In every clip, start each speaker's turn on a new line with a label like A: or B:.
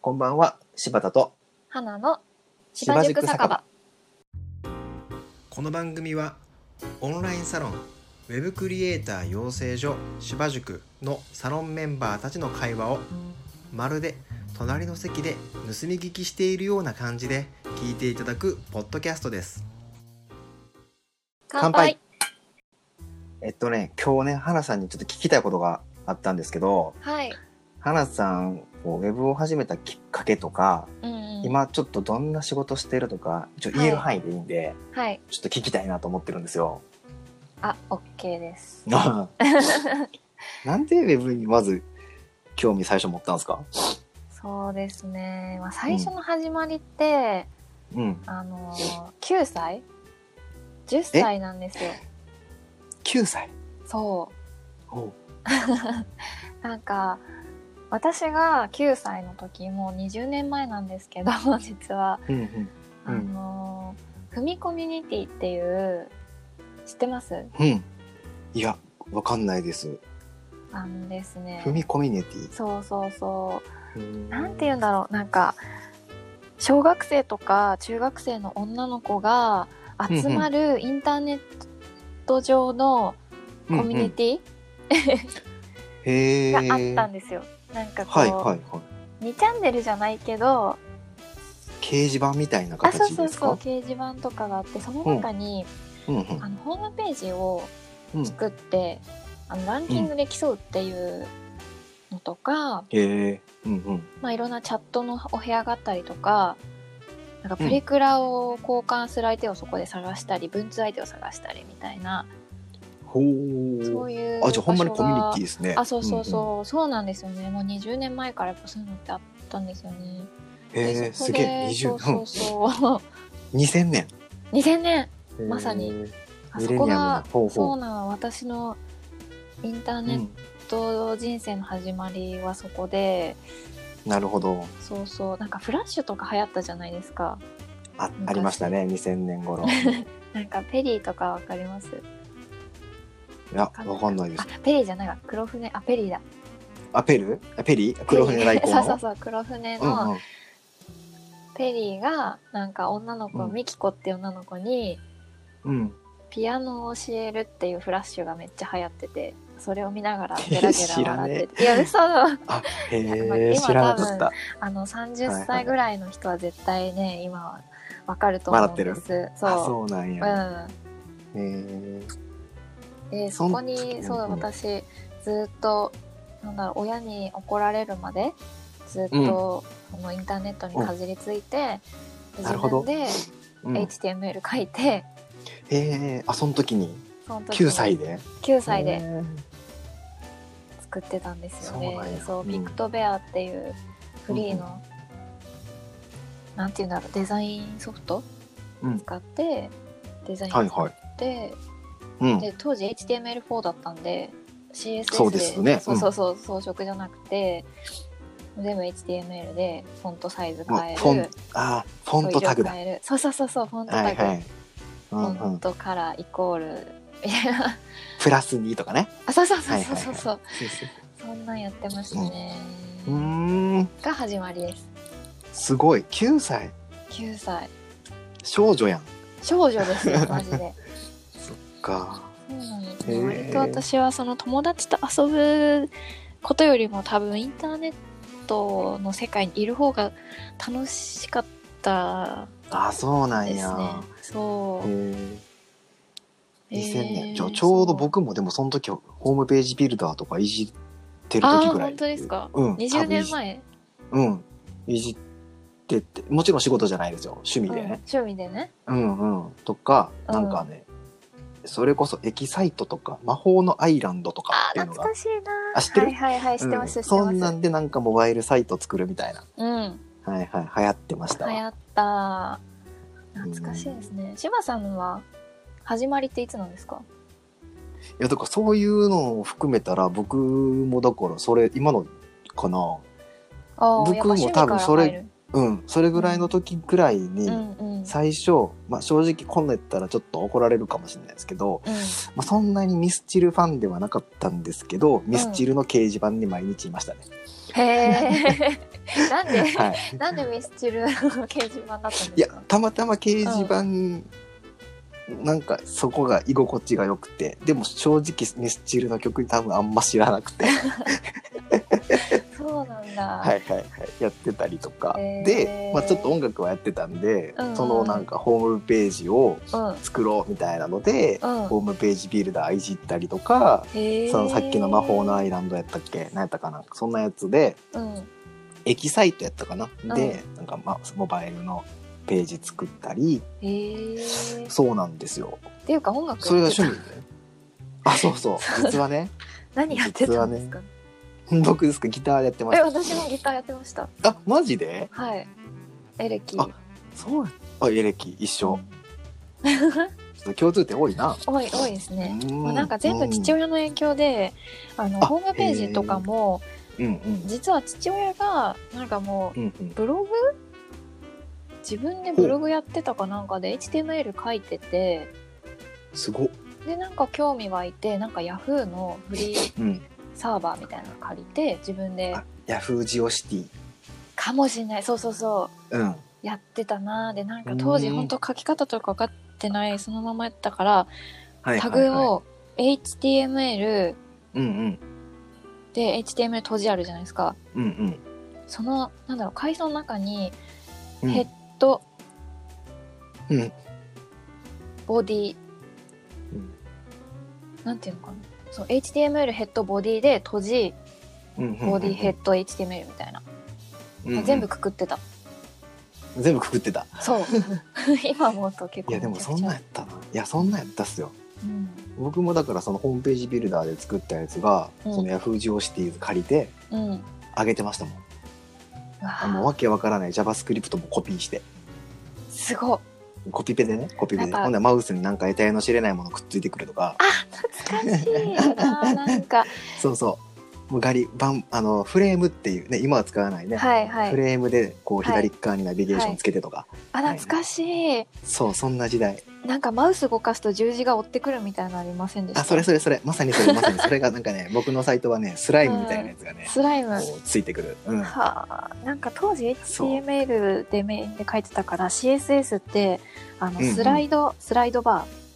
A: こんばんは、柴田と。
B: 花の芝塾酒場
A: この番組は、オンラインサロン、ウェブクリエイター養成所芝塾のサロンメンバーたちの会話を、まるで隣の席で盗み聞きしているような感じで聞いていただくポッドキャストです。乾
B: 乾
A: 杯
B: 杯
A: えっとね、今日ね、花さんにちょっと聞きたいことがあったんですけど、
B: はい、
A: 花さんをウェブを始めたきっかけとか、
B: うんうん、
A: 今ちょっとどんな仕事してるとか、一応言える範囲でいいんで、
B: はい
A: ちょっと聞きたいなと思ってるんですよ。
B: あ OK です
A: なんでウェブにまず興味最初持ったんですか
B: そうですね、まあ、最初の始まりって、
A: うん。
B: あのー9歳10歳なんですよ
A: 9歳。
B: そ
A: おう
B: うなんか私が9歳の時もう20年前なんですけど 実は
A: うんうん。う
B: あ
A: ん
B: のーふみコミュニティっていう知ってます
A: うん。いや、わかんないです。
B: あのですね
A: 踏みコミュニティ。
B: そうそうそう
A: うん
B: なんて言うんだろうなんか小学生とか中学生の女の子が集まるインターネット上のコミュニティ
A: へ
B: があったん
A: で
B: ですよ。なんかこう、
A: はいはいはい。
B: 2チャンネルじゃないけど
A: 掲示板みたいな
B: あそう
A: 形
B: そ
A: で
B: う
A: す
B: そう
A: か
B: 掲示板とかがあってその中に、
A: うんうん
B: あのホームページを
A: うん
B: 作って、あのランキングで競うっていうのとか、
A: へえ。うんうん。
B: まあ、いろんなチャットのお部屋があったりとかなんかプリクラを交換する相手をそこで探したり、文通相手を探したりみたいな
A: ほ。
B: そうういう
A: あ、じゃあほんまにコミュニティ
B: ィ
A: ですね。
B: あそうそうそう、
A: んん。
B: そうなんですよねもう20年前からやっぱそういうのってあったんですよね
A: へ
B: で
A: え、
B: そこ
A: す
B: で
A: げえ。
B: そ
A: 20
B: うそう そ
A: 2000年。
B: う2000年まさに
A: へえ。
B: あ
A: ミ
B: そ
A: レニア
B: こ
A: ムな
B: が
A: ほうほう
B: そうなの私のインターネット人生の始まりはそこで、
A: うんなるほど。
B: そうそうなんかフラッシュとか流行ったじゃないですか
A: あ、
B: 昔
A: ありましたね。2000年頃。
B: なんかペリーとかわかります
A: いや、わかんないです
B: あ。ペリーじゃないわ黒船あペリーだ
A: あ、ペルあペリ黒船来航の。
B: そうそうそう黒船
A: うんうん
B: のペリーがなんか女の子、
A: うん
B: ミキコって女の子に
A: うん。
B: ピアノを教えるっていうフラッシュがめっちゃ流行っててそれを見な がらゲラゲラ笑ってていや嘘 の
A: へえ、
B: 今
A: 知らなかった。
B: あの
A: はいは
B: 30
A: い
B: 歳ぐらいの人は絶対ね今はわかると思うんですそう
A: あ、そうなんや。
B: う
A: へえ。
B: んで
A: そ
B: そ
A: ん
B: こにそう
A: うんうん
B: 私ずっとなんだろう親に怒られるまでずっと、このインターネットにかじりついて、
A: な
B: 自
A: るほど
B: 分で
A: うんへ
B: HTML 書いて、
A: え、あ、その時に
B: その時
A: 9
B: に
A: 歳で。
B: 9歳で
A: へ
B: 作ってたんですよね
A: そうなんや
B: そう
A: うん
B: ピクトベアっていうフリーの、なんていうんだろうデザインソフト
A: うん
B: 使ってデザイ
A: え。
B: ン
A: はい
B: 作
A: はい。
B: って、
A: うん。
B: で当時 HTML4 だったんで CSS で
A: そうですね
B: そうそうそう装飾じゃなくて全部 HTML でフォントサイズ変える
A: フォン、あ、フォントタグだ。
B: 色
A: は
B: 変えるそうそうそうそうフォントタ
A: い
B: グ、
A: はい。う
B: フ
A: ん
B: ォ
A: う
B: ン
A: ん。
B: トカラーイコールみたいな
A: プラス2とかね。
B: あそうそうそうそうそうそう、
A: そうそう
B: そんなんやってましたね、
A: うーん、
B: が始まりです
A: すごい。9歳。
B: 9歳
A: 少女やん。
B: 少女ですよマジで
A: か。
B: そうなんです
A: へ
B: ね
A: ー
B: 割と私はその友達と遊ぶことよりも多分インターネットの世界にいる方が楽しかった
A: あ、そうなん
B: ですね
A: や。
B: そ
A: へ
B: う
A: え。2000
B: え
A: 年
B: ー
A: ちょちょうど僕もでもその時ホームページビルダーとかいじってる時ぐらい
B: あー本当ですか
A: うん、
B: 20年前
A: 多分いじうんいじっててもちろん仕事じゃないですよ趣味
B: うん
A: でね、
B: 趣味でね
A: うん、うんとか
B: うん
A: なんかね、それこそエキサイトとか魔法のアイランドとか
B: あ
A: って
B: ー
A: いうのが
B: 懐かしいな
A: あ知ってる
B: はいはいはい知ってます、
A: うん
B: 知ってます
A: そんなんでなんかモバイルサイト作るみたいな
B: うん
A: はいはい流行ってましたわ
B: 流行った懐かしいですね柴さんは始まりっていつなんですか
A: いやだからそういうのを含めたら僕もだからそれ今のかな
B: あーやっぱ
A: 僕も多分それ
B: 趣味
A: うんそれぐらいの時ぐらいに、
B: から入るうんうん
A: 最初、まあ、正直こんなんやったらちょっと怒られるかもしれないですけど、
B: うん
A: まあ、そ んなにミスチルファンではなかったんですけどミスチルの掲示板に毎日いましたね。
B: へえ なんで、
A: はい、
B: なんでミスチルの掲示板だったんですか
A: いやたまたま掲示板、なんかそこが居心地が良くてでも正直ミスチルの曲多分あんま知らなく てはい
B: そうなんだ、
A: はいはいやってたりとか、
B: へー
A: で、まあ、ちょっと音楽はやってたんで、
B: うんうん
A: そのなんかホームページを
B: うん
A: 作ろうみたいなので、
B: うん
A: ホームページビルダーいじったりとか、
B: へー
A: そのさっきの魔法のアイランドやったっけ何やったかなそんなやつで
B: うん
A: エキサイトやったかな、でなんか、ま、モバイルのページ作ったり
B: へー
A: そうなんですよ
B: っていうか音楽
A: それが
B: やって
A: 趣
B: た
A: 味であそうそう実はね
B: 何やってたんですか、
A: 僕ですかギターでやってま
B: え
A: し
B: 私もギターやってました
A: たあマジで
B: はいエレキ
A: あそうなんあエレキ一緒ちょっと共通点多いな
B: 多い多いですね、
A: う
B: まあ、なんか全部父親の影響で、あの
A: あ
B: ホームページとかも
A: うんうん
B: 実は父親がなんかも
A: うんうん
B: うブログ自分でブログやってたかなんかで HTML 書いてて
A: すごっ
B: でなんか興味湧いてなんか Yahoo のフ リー
A: うん
B: サーバーみたいなの借りて自分で
A: あヤフージオシティ
B: かもしれないそうそうそう
A: うん
B: やってたなでなんか当時
A: うん
B: 本当書き方とか分かってないそのままやったから
A: はいはいはい
B: タグを HTML
A: うんうん
B: で HTML 閉じあるじゃないですか
A: うんうん
B: そのなんだろう階層の中に
A: うん
B: ヘッド、
A: うん
B: ボディ、
A: うん
B: なんていうのかなそう HTML ヘッドボディで閉じボディヘッド HTML みたいな、
A: ッ
B: 全部くくってた
A: 全部くくってた
B: そう今思うと結構
A: いやでも
B: めちゃ
A: そ
B: く
A: ん
B: ちゃ
A: なんやったないやそんなんやったっすよ
B: うん
A: 僕もだからそのホームページビルダーで作ったやつが、
B: うん
A: そのヤフージオシティーズ借りて
B: うんう
A: 上げてましたもん
B: わ
A: あのわけわからない JavaScript もコピーして
B: すごっ
A: コピペでねコピペで
B: なんか
A: ほんでマウスになんか得体の知れないものくっついてくるとか
B: 懐かしいよななん か
A: そうそうもうガリバンあのフレームっていうね今は使わないね、
B: はいは
A: フ
B: い
A: レームでこう
B: はい
A: 左側にナビゲーションつけてとか、
B: あ懐かしい、
A: そうそんな時代
B: なんかマウス動かすと十字が追ってくるみたいなのありませんでした
A: あそれそれそれまさにそれまさにそれがなんかね僕のサイトはねスライムみたいなやつがね、
B: スライム
A: こうついてくる、うん、
B: はあなんか当時
A: そう
B: HTML でメインで書いてたから CSS ってあの
A: うんうん
B: スライド、スライドバー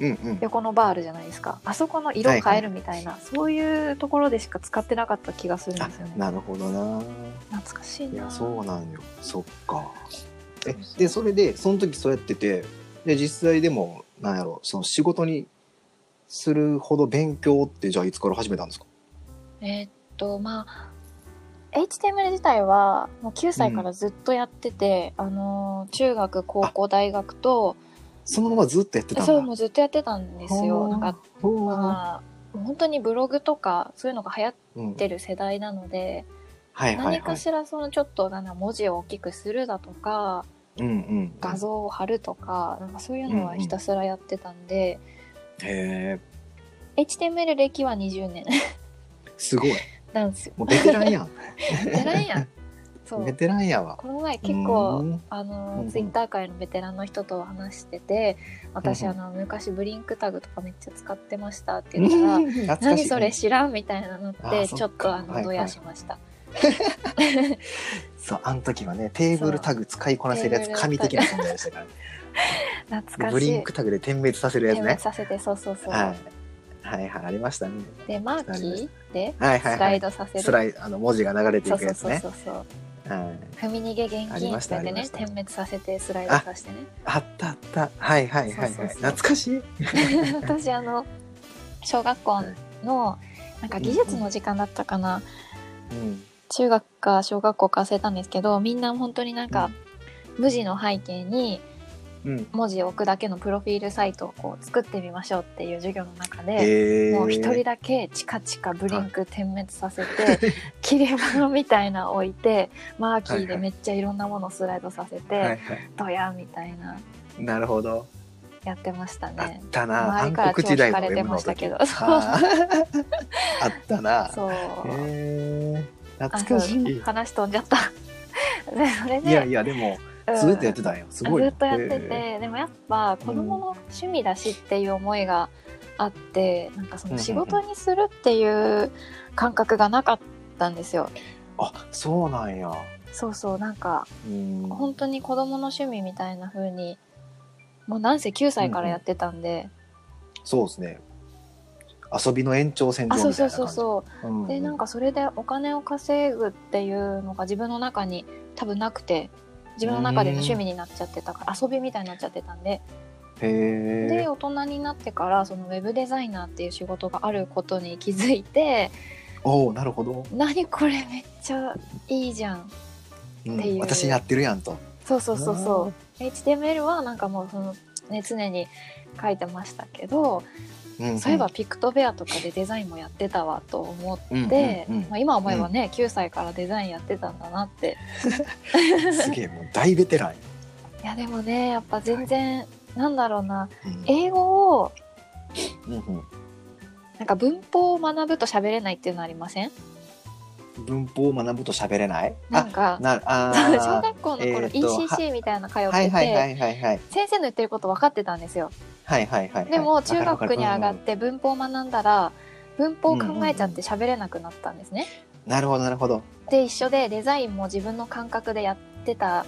A: うんうん
B: 横のバーあるじゃないですかあそこの色変えるみたいな、そういうところでしか使ってなかった気がするん
A: あ
B: ですよね
A: なるほどな
B: 懐かしい
A: い
B: な
A: やそうなんよそっかえでそれでその時そうやっててで実際でもなんやろその仕事にするほど勉強ってじゃあいつから始めたんですか
B: えーっとまあ HTML 自体はもう9歳からずっとやってて、あの中学高校大学と
A: そのままずっとやってたんだ
B: そうもうずっとやってたんです
A: ほ
B: よ
A: う
B: なんか
A: ほう
B: まあ本当にブログとかそういうのが流行っ
A: うん
B: てる世代なので、
A: はいはい
B: 何
A: は
B: か
A: い
B: しらそのちょっとなんだ文字を大きくするだとか
A: うんうん
B: 画像を貼るとかなんかそういうのはひたすらやってたんで、
A: へえ
B: HTML 歴は20年
A: すごい
B: なんですよ。
A: もうベテランやん
B: ベテラ ンやん そ
A: ベ
B: う
A: テランやわ
B: この前結
A: う
B: 構
A: ん
B: あ
A: うん
B: の
A: うん
B: ツイッター界のベテランの人と話してて私
A: うん
B: あの昔ブリンクタグとかめっちゃ使ってましたって言ったら
A: うん懐かしい
B: 何それ知らんみたいなのっ
A: あー
B: て
A: そっか
B: ちょっとあ
A: はいは
B: の
A: い
B: どやしました、
A: そうあの時はねテーブルタグ使いこなせるやつ
B: そう
A: 神的な存在でしたからね
B: 懐か
A: ブ
B: し
A: リ
B: い
A: ンクタグで点滅させるやつ
B: 点滅
A: ね
B: させてそうそうそう、
A: はいはいはいありましたね
B: でマーキーで
A: はいはい
B: ス
A: は
B: ラ
A: い
B: イドさせる、
A: スライあの文字が流れてい
B: そう
A: く
B: そう
A: やつ
B: そう
A: ね
B: そうそう
A: はい
B: 踏み逃げ現
A: ありま
B: 金
A: し
B: したて
A: ありま
B: ね
A: した
B: 点滅させてスライドさせてね
A: あったあったはいはいはい
B: そう
A: は
B: そう
A: い
B: そう
A: 懐かしい
B: 私あの小学校のなんか技術の時間だったかな、
A: うん
B: 中学か小学校か忘れたんですけどみんな本当になんか、無地の背景に
A: うん
B: 文字を置くだけのプロフィールサイトをこう作ってみましょうっていう授業の中で、
A: へえ
B: もう一人だけチカチカブリンク点滅させて 切り物みたいなの置いてマーキーでめっちゃいろんなものをスライドさせて、
A: はいはい
B: ドヤみたいな
A: なるほど
B: やってました
A: あ
B: ね
A: っ。たな
B: 周り
A: 暗
B: から
A: 黒
B: 超
A: 時代
B: 引
A: の
B: かれ
A: M
B: てま
A: の
B: した
A: 時
B: けど、
A: あーあったな
B: そう。そう
A: へえ
B: あ
A: 懐かし
B: そう
A: い
B: 話飛んじゃった。 でそれで
A: いやいやでも
B: うん
A: ずっとやってたんよすごい
B: ず
A: な
B: っとやって
A: へえ
B: て、でもやっぱ子供の趣味だしっていう思いがあって、なんかその仕事にするっていう感覚がなかったんですよ。
A: あそうなんや
B: そうそうなんか
A: うん
B: 本当に子どもの趣味みたいな風にもうなんせ9歳からやってたんで、
A: そうですね遊びの延長線上
B: あ
A: み
B: そ
A: たいうな
B: そう
A: 感じ
B: そうそう
A: う、んうん、
B: でなんかそれでお金を稼ぐっていうのが自分の中に多分なくて自分の中での趣味になっちゃってたから遊びみたいになっちゃってたんで
A: へ
B: で
A: え
B: 大人になってからそのウェブデザイナーっていう仕事があることに気づいて
A: おおなるほど、
B: 何これめっちゃいいじゃん
A: う
B: ってい
A: ん、
B: う
A: 私やってるやんと
B: そうそうそうそう。HTML はなんかもうその、ね、常に書いてましたけど、
A: うんん
B: そういえばピクトベアとかでデザインもやってたわと思っ
A: うんうん
B: て、
A: うん
B: まあ、今思えばね、9歳からデザインやってたんだなって
A: すげえもう大ベテランや、
B: いやでもねやっぱ全然、なんだろうな
A: うん
B: 英語を
A: うん
B: なんか文法を学ぶと喋れないっていうのありません
A: うん、文法を学ぶと喋れない
B: なんか
A: あなあー
B: 小学校の頃
A: えーと
B: ECC みたいなの通ってて、
A: はいはいはいはいはい
B: 先生の言ってること分かってたんですよ
A: はいはいはいはい
B: でも
A: わか
B: 中
A: るわかる
B: 学に上がっ
A: うん
B: て文法を学んだら文法を考えちゃって喋れなくなったんですね。
A: なるほどなるほど
B: で一緒でデザインも自分の感覚でやってた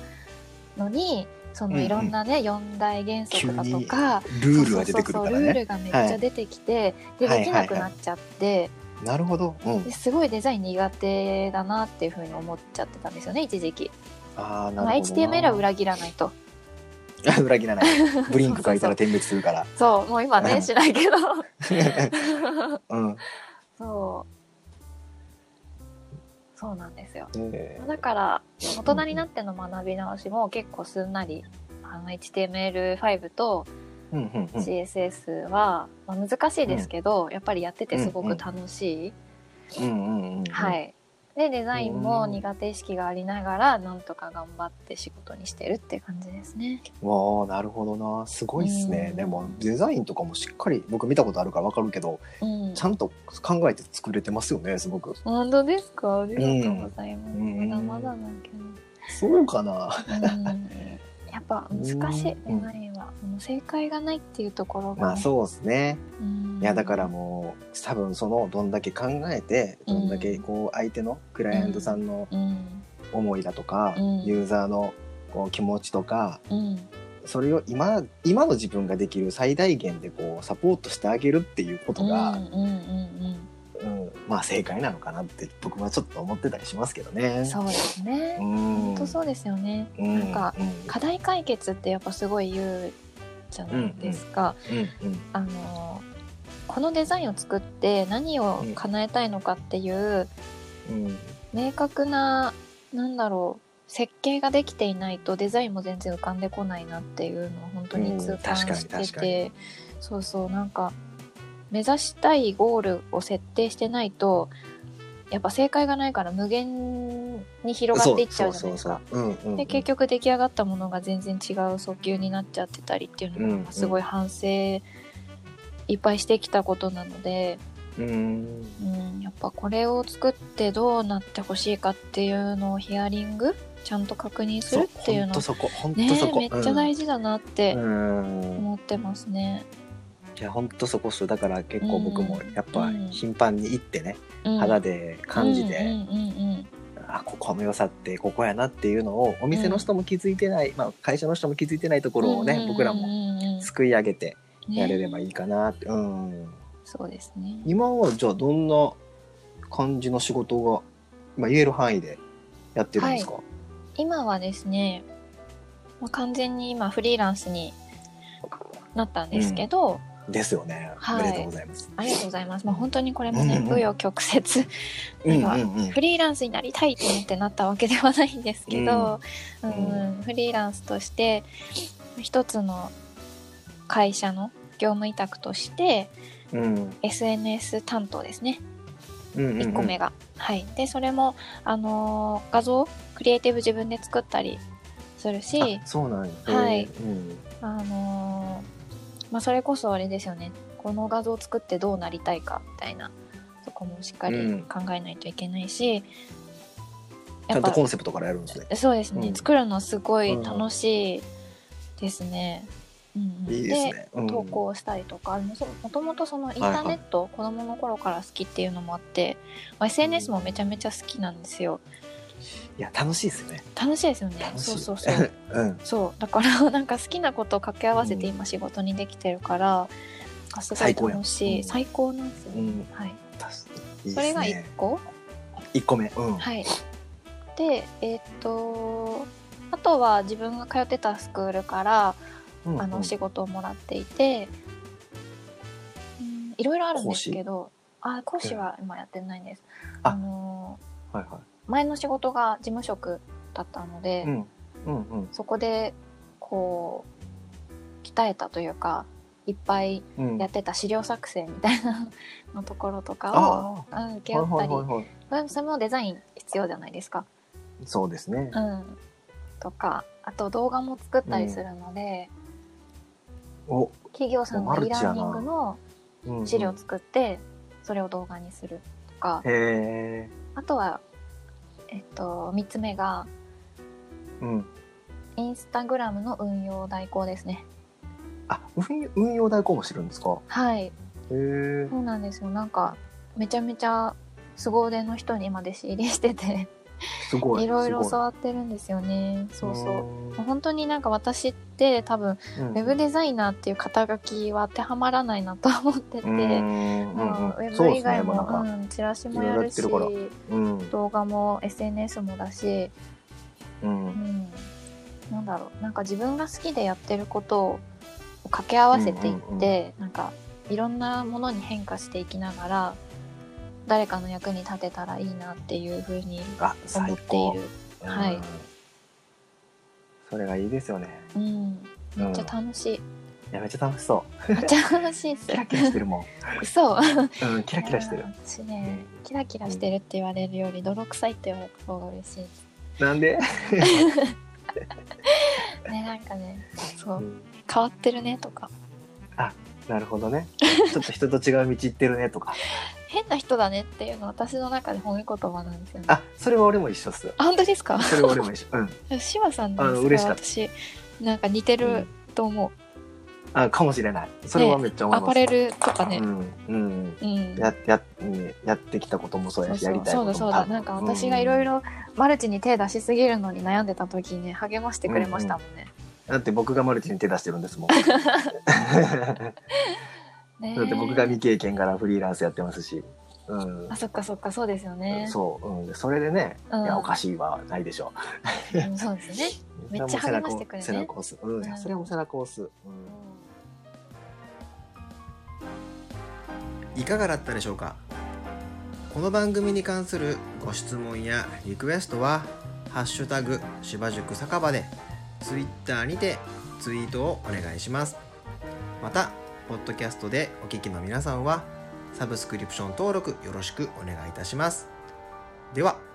B: のにそ
A: うん
B: の
A: うん
B: いろんなね、四大原則だとか
A: ルールが出てくる
B: そう
A: か
B: そうそ
A: ら
B: うルー
A: ね
B: ルがめっちゃ出てきて、で
A: はい
B: できなくなっちゃって、
A: なるほどうん
B: ですごいデザイン苦手だなっていうふうに思っちゃってたんですよね一時期。
A: ああなるほどな、
B: まあ、HTML は裏切らないと
A: あ 裏切らないブリンク書いたら点滅するから
B: そうもう今
A: う
B: ね
A: ん
B: しないけ ど
A: うん、
B: そうそうなんですよ。
A: え
B: だから大人になっての学び直しも結構すんなりあの HTML5 と
A: ーうんうんうん
B: CSS は、まあ、難しいですけど、やっぱりやっててすごく楽しい、
A: うんうんうんうん
B: はいでデザインも
A: うん
B: 苦手意識がありながらなんとか頑張って仕事にしてるって感じですね
A: わあなるほどなすごいっすね、
B: うん
A: でもデザインとかもしっかり僕見たことあるからわかるけど
B: うん
A: ちゃんと考えて作れてますよねすごく
B: 本当ですかありがとうございます、
A: うん
B: まだまだだけ
A: そうかな
B: ど、うんやっぱ難しい
A: うん
B: デザインは、もう正解がないっていうところが、
A: まあそうですね
B: うん
A: いやだからもう多分そのどんだけ考えてどんだけこう相手のクライアントさんの
B: うん
A: 思いだとか、
B: うん
A: ユーザーのこう気持ちとか
B: うん
A: それを今今の自分ができる最大限でこうサポートしてあげるっていうことが、
B: うんうんうん
A: うん、まあ正解なのかなって僕はちょっと思ってたりしますけど
B: う
A: ね
B: ん、。そうですね、
A: 本
B: 本当そうですよね
A: うん、
B: なんか
A: うん
B: 課題解決ってやっぱすごい言うじゃないですか、
A: うんうん
B: あのこのデザインを作って何を叶えたいのかっていう
A: うん
B: 明確ななんだろう設計ができていないとデザインも全然浮かんでこないなっていうのを本当に痛感
A: うん
B: し
A: 確かに
B: て
A: 確かに
B: て、そうそうなんか目指したいゴールを設定してないとやっぱ正解がないから無限に広がっていっちゃうじゃないですか。
A: そうそうそううんうんうん
B: で結局出来上がったものが全然違う訴求になっちゃってたりっていうの
A: うん
B: がすごい反省いっぱいしてきたことなので、
A: うん
B: うん、やっぱこれを作ってどうなってほしいかっていうのをヒアリングちゃんと確認するっていうの
A: そう本当
B: ね
A: そこ本
B: めっ
A: 当そこ、
B: ちゃ大事だなって
A: うんうん
B: 思ってますね。
A: いや本当そこっすだから結構僕もやっぱ
B: うん
A: 頻繁に行ってね、
B: うん
A: 肌で感じて、
B: うんうんうん
A: あここの良さってここやなっていうのをお店の人も気づいてない、まあ、会社の人も気づいてないとこ
B: うん
A: ろをね、
B: うんうんうん
A: 僕らもすくい上げてやれれば
B: ね
A: いいかなって、うん
B: そうですね。
A: 今はじゃあどんな感じの仕事が、まあ、言える範囲でやってるんですか、
B: 今はですね、まあ、完全に今フリーランスになったんですけど、
A: ですよね、
B: はい
A: おめでとうございます。
B: ありがとうございます。まあ、本当にこれも
A: う
B: ね、
A: んうん
B: 紆余曲折、なんか
A: うんうんうん
B: フリーランスになりたいと思ってなったわけではないんですけど、
A: う
B: うんんフリーランスとして一つの会社の業務委託として
A: うん、
B: SNS 担当ですね
A: 1
B: 1個目が、はいでそれも、あのー画像クリエイティブ自分で作ったりするし
A: あそうなんや
B: はい
A: うん
B: あのーまあ、それこそあれですよねこの画像を作ってどうなりたいかみたいなそこもしっか
A: うん
B: り考えないといけないし、
A: ちゃんとコンセプトからやるんですね。
B: そうですね、
A: うん
B: 作るのすごい楽しいですね。うんうん
A: いいですね。うん
B: 投稿したりとかもそもともとそのインターネット、子供の頃から好きっていうのもあって、まあ SNS もめちゃめちゃ好きなんですよ。
A: いや楽しいですよね
B: 楽しいですよね
A: 楽しい
B: そうそうそう
A: うん
B: そうだからなんか好きなことを掛け合わせて今仕事にできてるから、なんかすごい
A: 最高や
B: 楽しい最高,、なんですよ、
A: うん
B: はい
A: 確かにいい
B: そ
A: で
B: れ
A: す
B: が一
A: ね
B: 個
A: 一個目うん
B: はい。で、えーっと、あとは自分が通ってたスクールから、
A: うん
B: あ
A: う
B: の、
A: ん
B: 仕事をもらっていて、うんいろいろあるんですけど、あ、講師は今やってないんです。
A: あ
B: あの、
A: はいは
B: 前の仕事が事務職だったので、
A: いうんうんうん
B: そこで、こう、鍛えたというか、いっぱい
A: うん
B: やってた資料作成みたいなのところとかを、
A: あ
B: うん、請
A: あ
B: け負ったり、
A: はいはいはいはい
B: それもデザイン必要じゃないですか。
A: そうですね
B: うん、とかあと動画も作ったりするので、
A: お
B: 企業さん
A: マ
B: の
A: ル
B: リ
A: チやな
B: ラーニングの
A: うんうん
B: 資料作ってそれを動画にするとか
A: へえ
B: あとは、えっと、3つ目が
A: うん
B: インスタグラムの運用代行ですね
A: あ運運用代行もしてるんですか
B: はい
A: へえ
B: そうなんですよなんかめちゃめちゃ凄腕の人に今弟子入りしてて
A: すごい
B: いろいろ
A: すご
B: 教わってるんですよねそうそうも
A: ん
B: う本当になんか私って多分
A: うん
B: ウェブデザイナーっていう肩書きは当てはまらないなと思ってて、
A: うんうん
B: まあウ
A: うん
B: ェ
A: そう
B: ブ
A: で
B: 以
A: すねもう
B: 外
A: なん
B: も、
A: か
B: うん、チラシもやるし
A: いろいろやってうん
B: 動画も SNS もだし、
A: う
B: うんん、なんだろうなんか自分が好きでやってることを掛け合わせていって、
A: うんうんう
B: なんかいろんなものに変化していきながら誰かの役に立てたらいいなっていうふうに
A: あ
B: 思
A: 最
B: ってい
A: 高
B: る、は
A: はいそれがいいですよね
B: うん、めっちゃ楽 しい、
A: いやめっちゃ楽しそう
B: めっちゃ楽しいっす
A: キラキラしてるもん
B: 嘘
A: うんキラキラしてる
B: 私ねキラキラしてるって言われるより泥臭いって言われた方が嬉しいです
A: なんで
B: ねなんかねそううん変わってるねとか
A: なるほどねちょっと人と違う道行ってるねとか
B: 変な人だねっていうのは私の中で褒め言葉なんですよねあ
A: あそれは俺も一緒っす
B: 本当ですか
A: それは俺も一緒うん
B: 志麻さん
A: あ
B: の
A: の
B: それ
A: 嬉しか
B: は
A: った
B: 私なんか似てると思
A: あかもしれないそれはめっちゃ
B: う、
A: 思い
B: ア
A: ま
B: パ
A: す
B: レルとかね
A: うんうん
B: うん、
A: ややうんやってきたこともそう
B: そ
A: や
B: う
A: しや
B: そ
A: り
B: う
A: たい
B: そ
A: こ
B: う
A: とも
B: だそうだなんか私がいろい
A: ろ
B: ろマルチに手出しすぎるのに悩んでた時にね励ましてくれましたもんね、
A: だって僕がマルチに手出してるんです もんだ
B: ねえ
A: って僕が未経験からフリーランスやってますしうん
B: あそっかそっかそうですよね
A: そう、うんで、それでね、
B: うん
A: いやおかしいはないでしょ
B: うんそうですね、
A: う。
B: めっちゃ励ましてくれね
A: それはもう背中を背中を押す、うん、いや
B: うん
A: それはもう背中を押す。うん
C: いかがだったでしょうかこの番組に関するご質問やリクエストは「ハッシュタグ芝塾酒場」でツイッターにてツイートをお願いしますまたポッドキャストでお聞きの皆さんはサブスクリプション登録よろしくお願いいたしますでは